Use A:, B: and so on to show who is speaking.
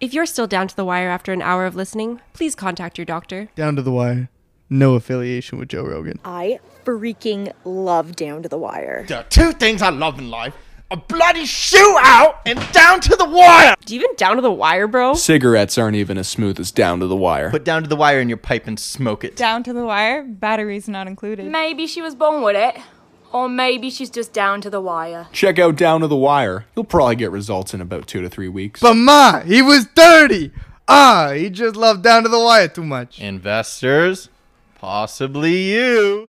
A: If you're still down to the wire after an hour of listening, please contact your doctor.
B: Down to the wire. No affiliation with Joe Rogan.
C: I freaking love Down to the Wire.
D: There are two things I love in life a bloody shootout and down to the wire!
A: Do you even down to the wire, bro?
E: Cigarettes aren't even as smooth as down to the wire.
D: Put down to the wire in your pipe and smoke it.
F: Down to the wire, batteries not included.
G: Maybe she was born with it. Or maybe she's just down to the wire.
E: Check out Down to the Wire. You'll probably get results in about two to three weeks.
B: But ma, he was dirty. Ah, he just loved down to the wire too much.
D: Investors, possibly you.